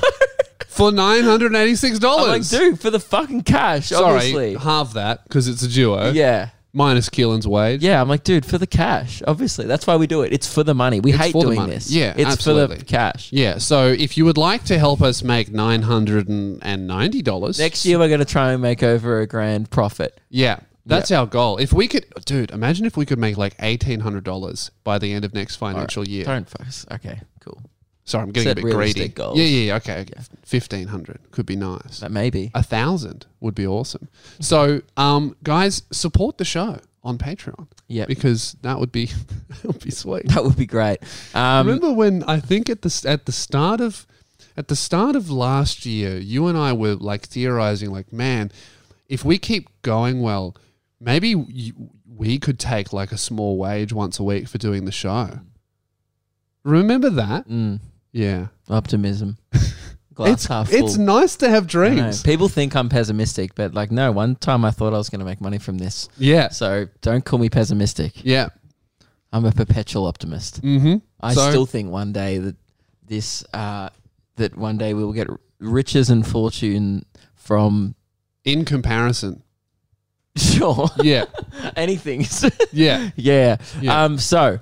for nine hundred and eighty-six
I'm like,
dollars.
dude, for the fucking cash,
Sorry,
obviously.
halve that because it's a duo.
Yeah.
minus Keelan's wage.
Yeah, I'm like, dude, for the cash, obviously. That's why we do it. It's for the money. We hate
for the
doing
money.
this.
Yeah,
it's for
absolutely.
the cash.
Yeah, So if you would like to help us make nine hundred and ninety dollars
Next year, we're going to try and make over a grand profit.
yeah, that's our goal. If we could, dude, imagine if we could make like eighteen hundred dollars by the end of next financial year.
Don't focus. Okay, cool.
Sorry, I'm getting
Set
a bit greedy.
realistic goals.
Yeah, yeah, yeah, okay. Fifteen hundred could be nice.
But maybe.
A thousand would be awesome. So, um, guys, support the show on Patreon.
Yep.
because that would be that would be sweet.
That would be great. Um,
Remember when I think at the s- at the start of at the start of last year, you and I were like theorizing, like, man, if we keep going well, maybe y we could take like a small wage once a week for doing the show. Remember that?
mm,
Yeah,
optimism. Glass
it's
half full.
it's nice to have
I know.
dreams.
People think I'm pessimistic, but like, no. One time I thought I was going to make money from this,
Yeah,
so don't call me pessimistic.
yeah.
I'm a perpetual optimist.
Mm-hmm.
I
So-
still think one day that this uh, that one day we will get r- riches and fortune from
In comparison,
sure
yeah,
anything.
yeah.
yeah.
Yeah.
Um. So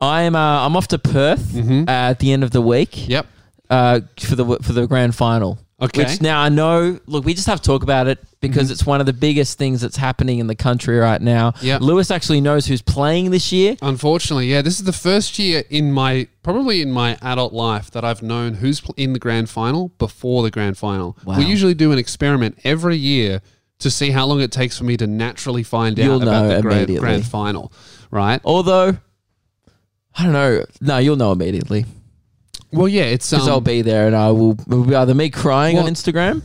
I'm uh, I'm off to Perth
Mhm.
uh, at the end of the week.
Yep.
Uh, for the for the grand final.
Okay. Mm-hmm.
Which now I know. Look, we just have to talk about it because it's one of the biggest things that's happening in the country right now.
Yep.
Lewis actually knows who's playing this year.
Unfortunately, yeah, this is the first year in my probably in my adult life that I've known who's pl- in the grand final before the grand final.
Wow.
We usually do an experiment every year to see how long it takes for me to naturally find out
You'll
about
know
the grand,
immediately.
grand final, right?
Although, I don't know. No, you'll know immediately.
Well, yeah, it's
because I'll
um,
be there and I will, it will be either me crying
Well,
on Instagram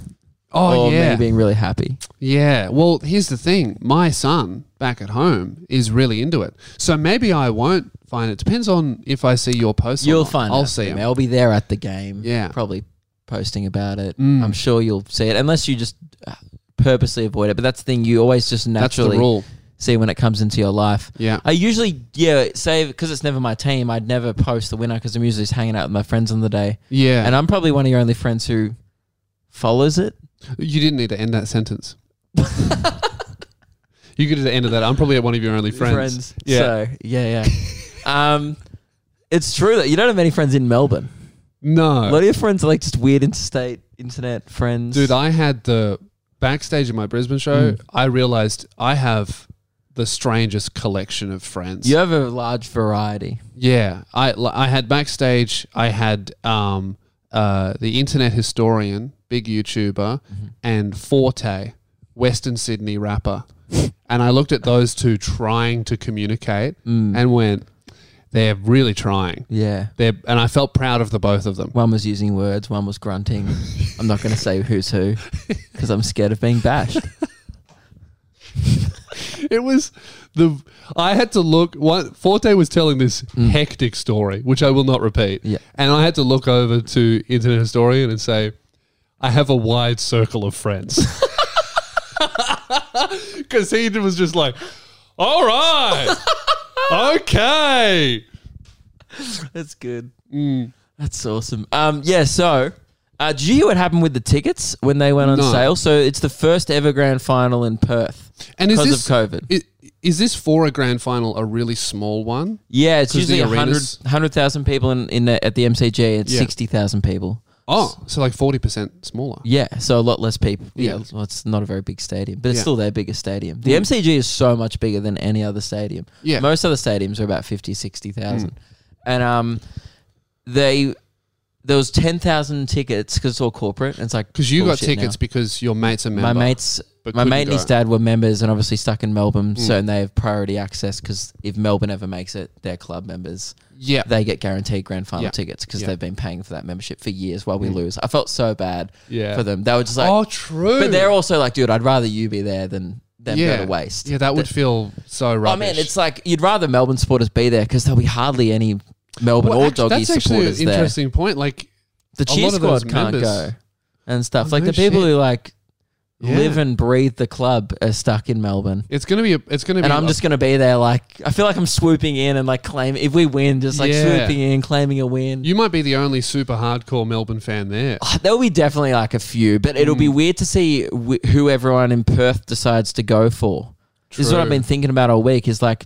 oh
or
yeah,
me being really happy.
yeah. Well, here's the thing: my son back at home is really into it, so maybe I won't find it. Depends on if I see your post. or
You'll
not.
find.
I'll
out
see
from
him.
me. I'll be there at the game.
Yeah. Mm.
probably posting about it. I'm sure you'll see it unless you just uh, purposely avoid it. But that's the thing you always just
That's the
naturally
rule.
see when it comes into your life.
Yeah.
I usually yeah say because it's never my team. I'd never post the winner because I'm usually just hanging out with my friends on the day,
Yeah,
and I'm probably one of your only friends who follows it.
You didn't need to end that sentence. you could have ended that. I'm probably one of your only friends.
Yeah.
Yeah.
So yeah, yeah. um, it's true that you don't have many friends in Melbourne. A
no.
lot of your friends are like just weird interstate internet friends.
Dude, I had the backstage of my Brisbane show.
Mm.
I realized I have the strangest collection of friends.
you have a large variety.
Yeah. I, li- I had backstage, I had um, uh, the internet historian, big YouTuber, and Forte, Western Sydney rapper. and I looked at those two trying to communicate and went, they're really trying.
Yeah.
They're, and I felt proud of the both of them.
One was using words, one was grunting. I'm not going to say who's who because I'm scared of being bashed.
It was the I had to look. One, Forte was telling this hectic story, which I will not repeat.
Hmm. Yeah.
and I had to look over to Internet Historian and say, "I have a wide circle of friends," because he was just like, "All right, okay."
That's good. That's awesome. Um, yeah. So, uh, did you hear what happened with the tickets when they went on
No.
sale? So it's the first ever grand final in Perth
And is
because
this
of COVID.
i- Is, this for a grand final a really small one?
Yeah, it's
'Cause the
usually a hundred
arenas-
hundred thousand people in, in the, at the MCG. It's
Yeah.
sixty thousand people.
Oh, so like forty percent smaller.
Yeah, so a lot less people. Yeah,
Yeah.
well, it's not a very big stadium, but it's
Yeah.
still their biggest stadium. The MCG is so much bigger than any other stadium.
Yeah. Hmm.
most other stadiums are about 50, 60,000. and um, they there was ten thousand tickets because it's all corporate. And it's like
Because you got
bullshit now.
tickets because your mate's a member.
My mates,
but
my
couldn't
mate and his
go. Hmm.
dad were members, and obviously stuck in Melbourne, so and they have priority access because if Melbourne ever makes it, they're club members.
Yeah.
they get guaranteed grand final
Yeah.
tickets because
Yeah. Hmm.
they've been paying for that membership for years while we lose. I felt so bad
Yeah.
for them. They were just like,
oh, true.
but they're also like, dude, I'd rather you be there than them go to waste.
Yeah, that would feel so
I
rubbish.
mean, it's like you'd rather Melbourne supporters be there because there'll be hardly any Melbourne
Well,
or
actu-
doggy
that's actually
supporters
an
there.
interesting point. Like,
The
a
cheer
lot of those
squad can't
members-
go and stuff.
Oh,
like
no
the people
shit.
who like
Yeah.
live and breathe the club are stuck in Melbourne.
it's gonna be a, it's gonna be.
and I'm
a-
just gonna be there. Like I feel like I'm swooping in and like claim if we win, just like
Yeah.
swooping in, claiming a win.
you might be the only super hardcore Melbourne fan there.
Ah, There'll be definitely like a few, but it'll
Mm.
be weird to see wh- who everyone in Perth decides to go for. This is what I've
True.
been thinking about all week. Is like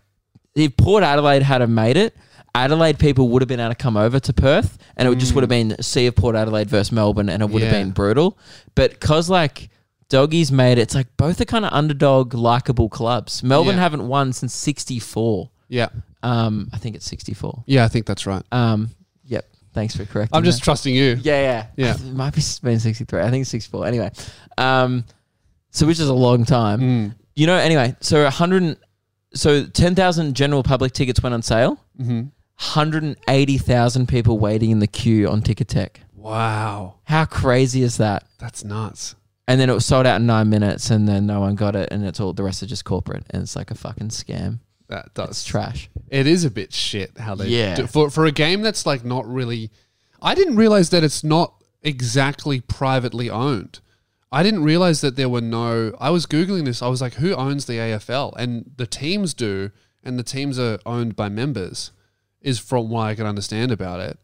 if Port Adelaide had have made it, Adelaide people would have been able to come over to Perth, and it would just would have been Sea of Port Adelaide versus Melbourne, and it would have
Mm. Yeah.
been brutal. But because like doggies made it, it's like both are kind of underdog, likable clubs. Melbourne
Yeah.
haven't won since '64.
Yeah,
Um, I think it's '64.
yeah, I think that's right.
Um, yep. Thanks for correcting.
I'm just
that.
trusting you.
yeah, yeah,
Yeah.
I th- It might be been 63. I think it's 64. Anyway, um, so which is a long time.
Mm.
You know. Anyway, so 100. and- So 10,000 general public tickets went on sale.
Mm-hmm.
180,000 people waiting in the queue on Ticketek.
Wow,
How crazy is that?
that's nuts.
And then it was sold out in nine minutes, and then no one got it, and it's all the rest are just corporate, and it's like a fucking scam.
That does
It's trash.
It is a bit shit how they
Yeah.
do, for for a game that's like not really. I didn't realize that it's not exactly privately owned. I didn't realize that there were no. I was googling this. I was like, who owns the AFL? And the teams do, and the teams are owned by members. Is from what I can understand about it,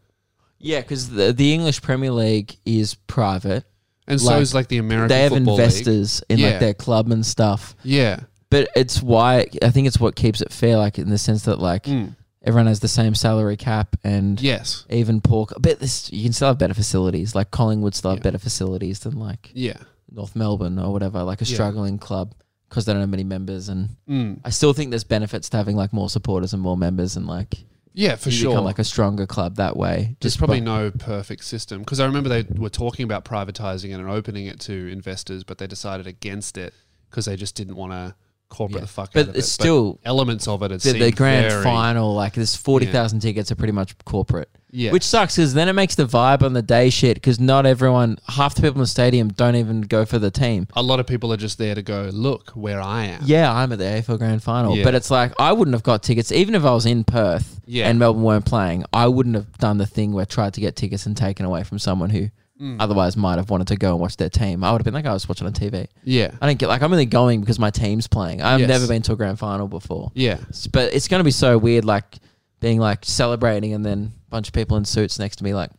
Yeah, because the, the English Premier League is private.
and so
Like,
is like the American.
they have
Football League.
investors in
Yeah.
like their club and stuff,
Yeah,
but it's why I think it's what keeps it fair, like in the sense that like
Mm.
everyone has the same salary cap and
yes,
even pork. But this you can still have better facilities. Like Collingwood still have better facilities than like
yeah,
North Melbourne or whatever, like a
Yeah. Mm.
struggling club because they don't have many members. And I still think there's benefits to having like more supporters and more members, and like
yeah, for
you
sure.
become like a stronger club that way.
There's probably
by-
no perfect system because I remember they were talking about privatizing it and opening it to investors, but they decided against it because they just didn't want to corporate
Yeah.
the fuck
But
out of it.
it's still-
elements of it. It
the, the
seemed
grand
very-
final, like there's forty thousand tickets are pretty much corporate,
Yeah.
which sucks because then it makes the vibe on the day shit because not everyone, half the people in the stadium don't even go for the team.
A lot of people are just there to go look where I am.
Yeah, I'm at the AFL Grand Final,
Yeah.
but it's like I wouldn't have got tickets even if I was in Perth
Yeah.
and Melbourne weren't playing. I wouldn't have done the thing where I tried to get tickets and taken away from someone who
Mm.
otherwise might have wanted to go and watch their team. I would have been like, "Oh, I was watching on TV.
Yeah,
I don't get like I'm only going because my team's playing. I've
Yes.
never been to a grand final before,
yeah,
S- but it's gonna be so weird, like being like celebrating and then a bunch of people in suits next to me, like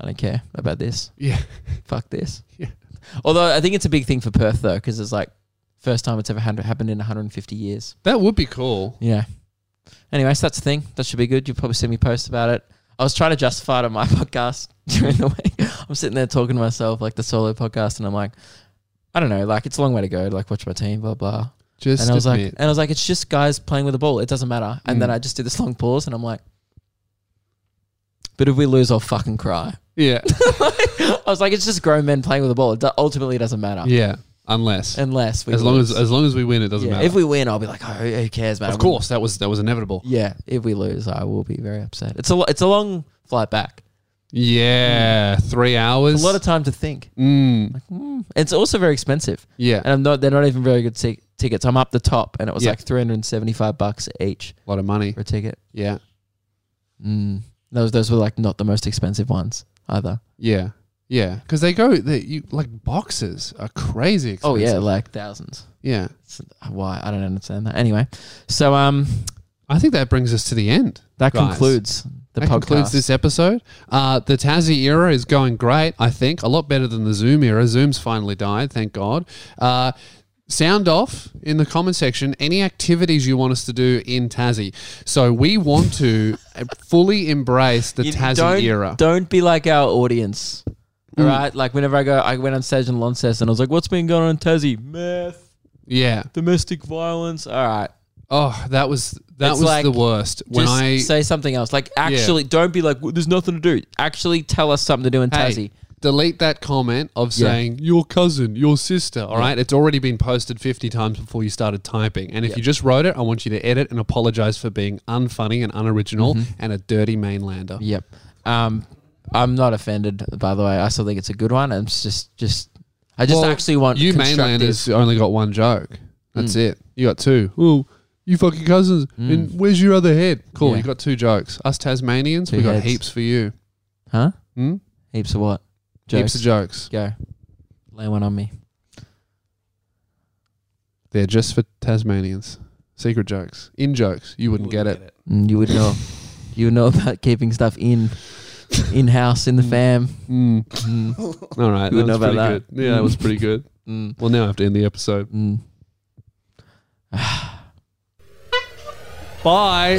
I don't care about this.
yeah.
Fuck this.
Yeah.
Although I think it's a big thing for Perth though, because it's like first time it's ever had- happened in 150 years.
That would be cool.
Yeah. Anyway, so that's the thing. That should be good. You'll probably see me post about it. I was trying to justify it on my podcast during the week. I'm sitting there talking to myself, like the solo podcast, and I'm like, I don't know, like it's a long way to go. Like watch my team, blah blah.
Just
and I was like,
admit.
and I was like, it's just guys playing with the ball. It doesn't matter. And then
Mm.
I just did this long pause, and I'm like, but if we lose, I'll fucking cry.
yeah,
I was like, it's just grown men playing with the ball. It do- ultimately doesn't matter.
yeah. Unless
Unless we
as long
lose.
as as long as we win, it doesn't
yeah,
matter.
if we win, I'll be like, oh, who cares, man?
of course, that was that was inevitable.
Yeah, if we lose, I will be very upset. It's a lo- it's a long flight back.
Yeah, three
Mm.
hours.
It's a lot of time to think.
Mm,
It's also very expensive,
yeah,
and I'm not. They're not even very good tic- tickets. I'm up the top, and it was
Yeah.
like 375 bucks each
a lot of money.
for a ticket.
Yeah,
Mm. Those those were like not the most expensive ones either.
Yeah, yeah, because they go they, you like boxes are crazy.
Oh
Expensive.
yeah, like thousands.
yeah.
It's- uh, Why I don't understand that. Anyway, so um,
I think that brings us to the end.
that
guys.
concludes the
that
podcast.
concludes this episode. Uh, the Tassie era is going great. I think a lot better than the Zoom era. Zoom's finally died, thank God. Uh, sound off in the comment section any activities you want us to do in Tassie. So we want to fully embrace the
You
Tassie
don't,
era. Mm.
Don't be like our audience. All right, like whenever I go, I went on stage in Launceston. I was like, "What's been going on in Tassie? Meth,
Yeah.
domestic violence." All right,
Oh, that was that
It's
was
like-
the worst. When
just
I
say something else. Like, actually, don't be like, "Well, "There's nothing to do." Actually, tell us something to do in Tassie.
Hey, delete that comment of
Yeah.
saying your cousin, your sister. All right, it's already been posted fifty times before you started typing. And if you just wrote it, I want you to edit and apologize for being unfunny and unoriginal
Mm-hmm.
and a dirty mainlander.
Yep. Um, I'm not offended. By the way, I still think it's a good one. I'm just, just, I just
Well,
actually want
you
constructive- Mm.
mainlanders only got one joke. That's it. You got two. Ooh, you fucking cousins. And where's your other head? Cool.
Yeah.
You got two jokes. Us Tasmanians,
Two
we got
heads.
heaps for you.
huh?
Hmm?
Heaps of what? Jokes.
Heaps of jokes.
Go. Lay one on me.
They're just for Tasmanians. Secret jokes. In jokes. You wouldn't, get, it.
Mm, you would know. you would know about keeping stuff in, in house, in the fam.
Mm.
Mm,
All right.
You
that
would know
was pretty
about
good.
that.
Yeah, that was pretty good.
mm,
Well, now I have to end the episode.
mm.
Bye.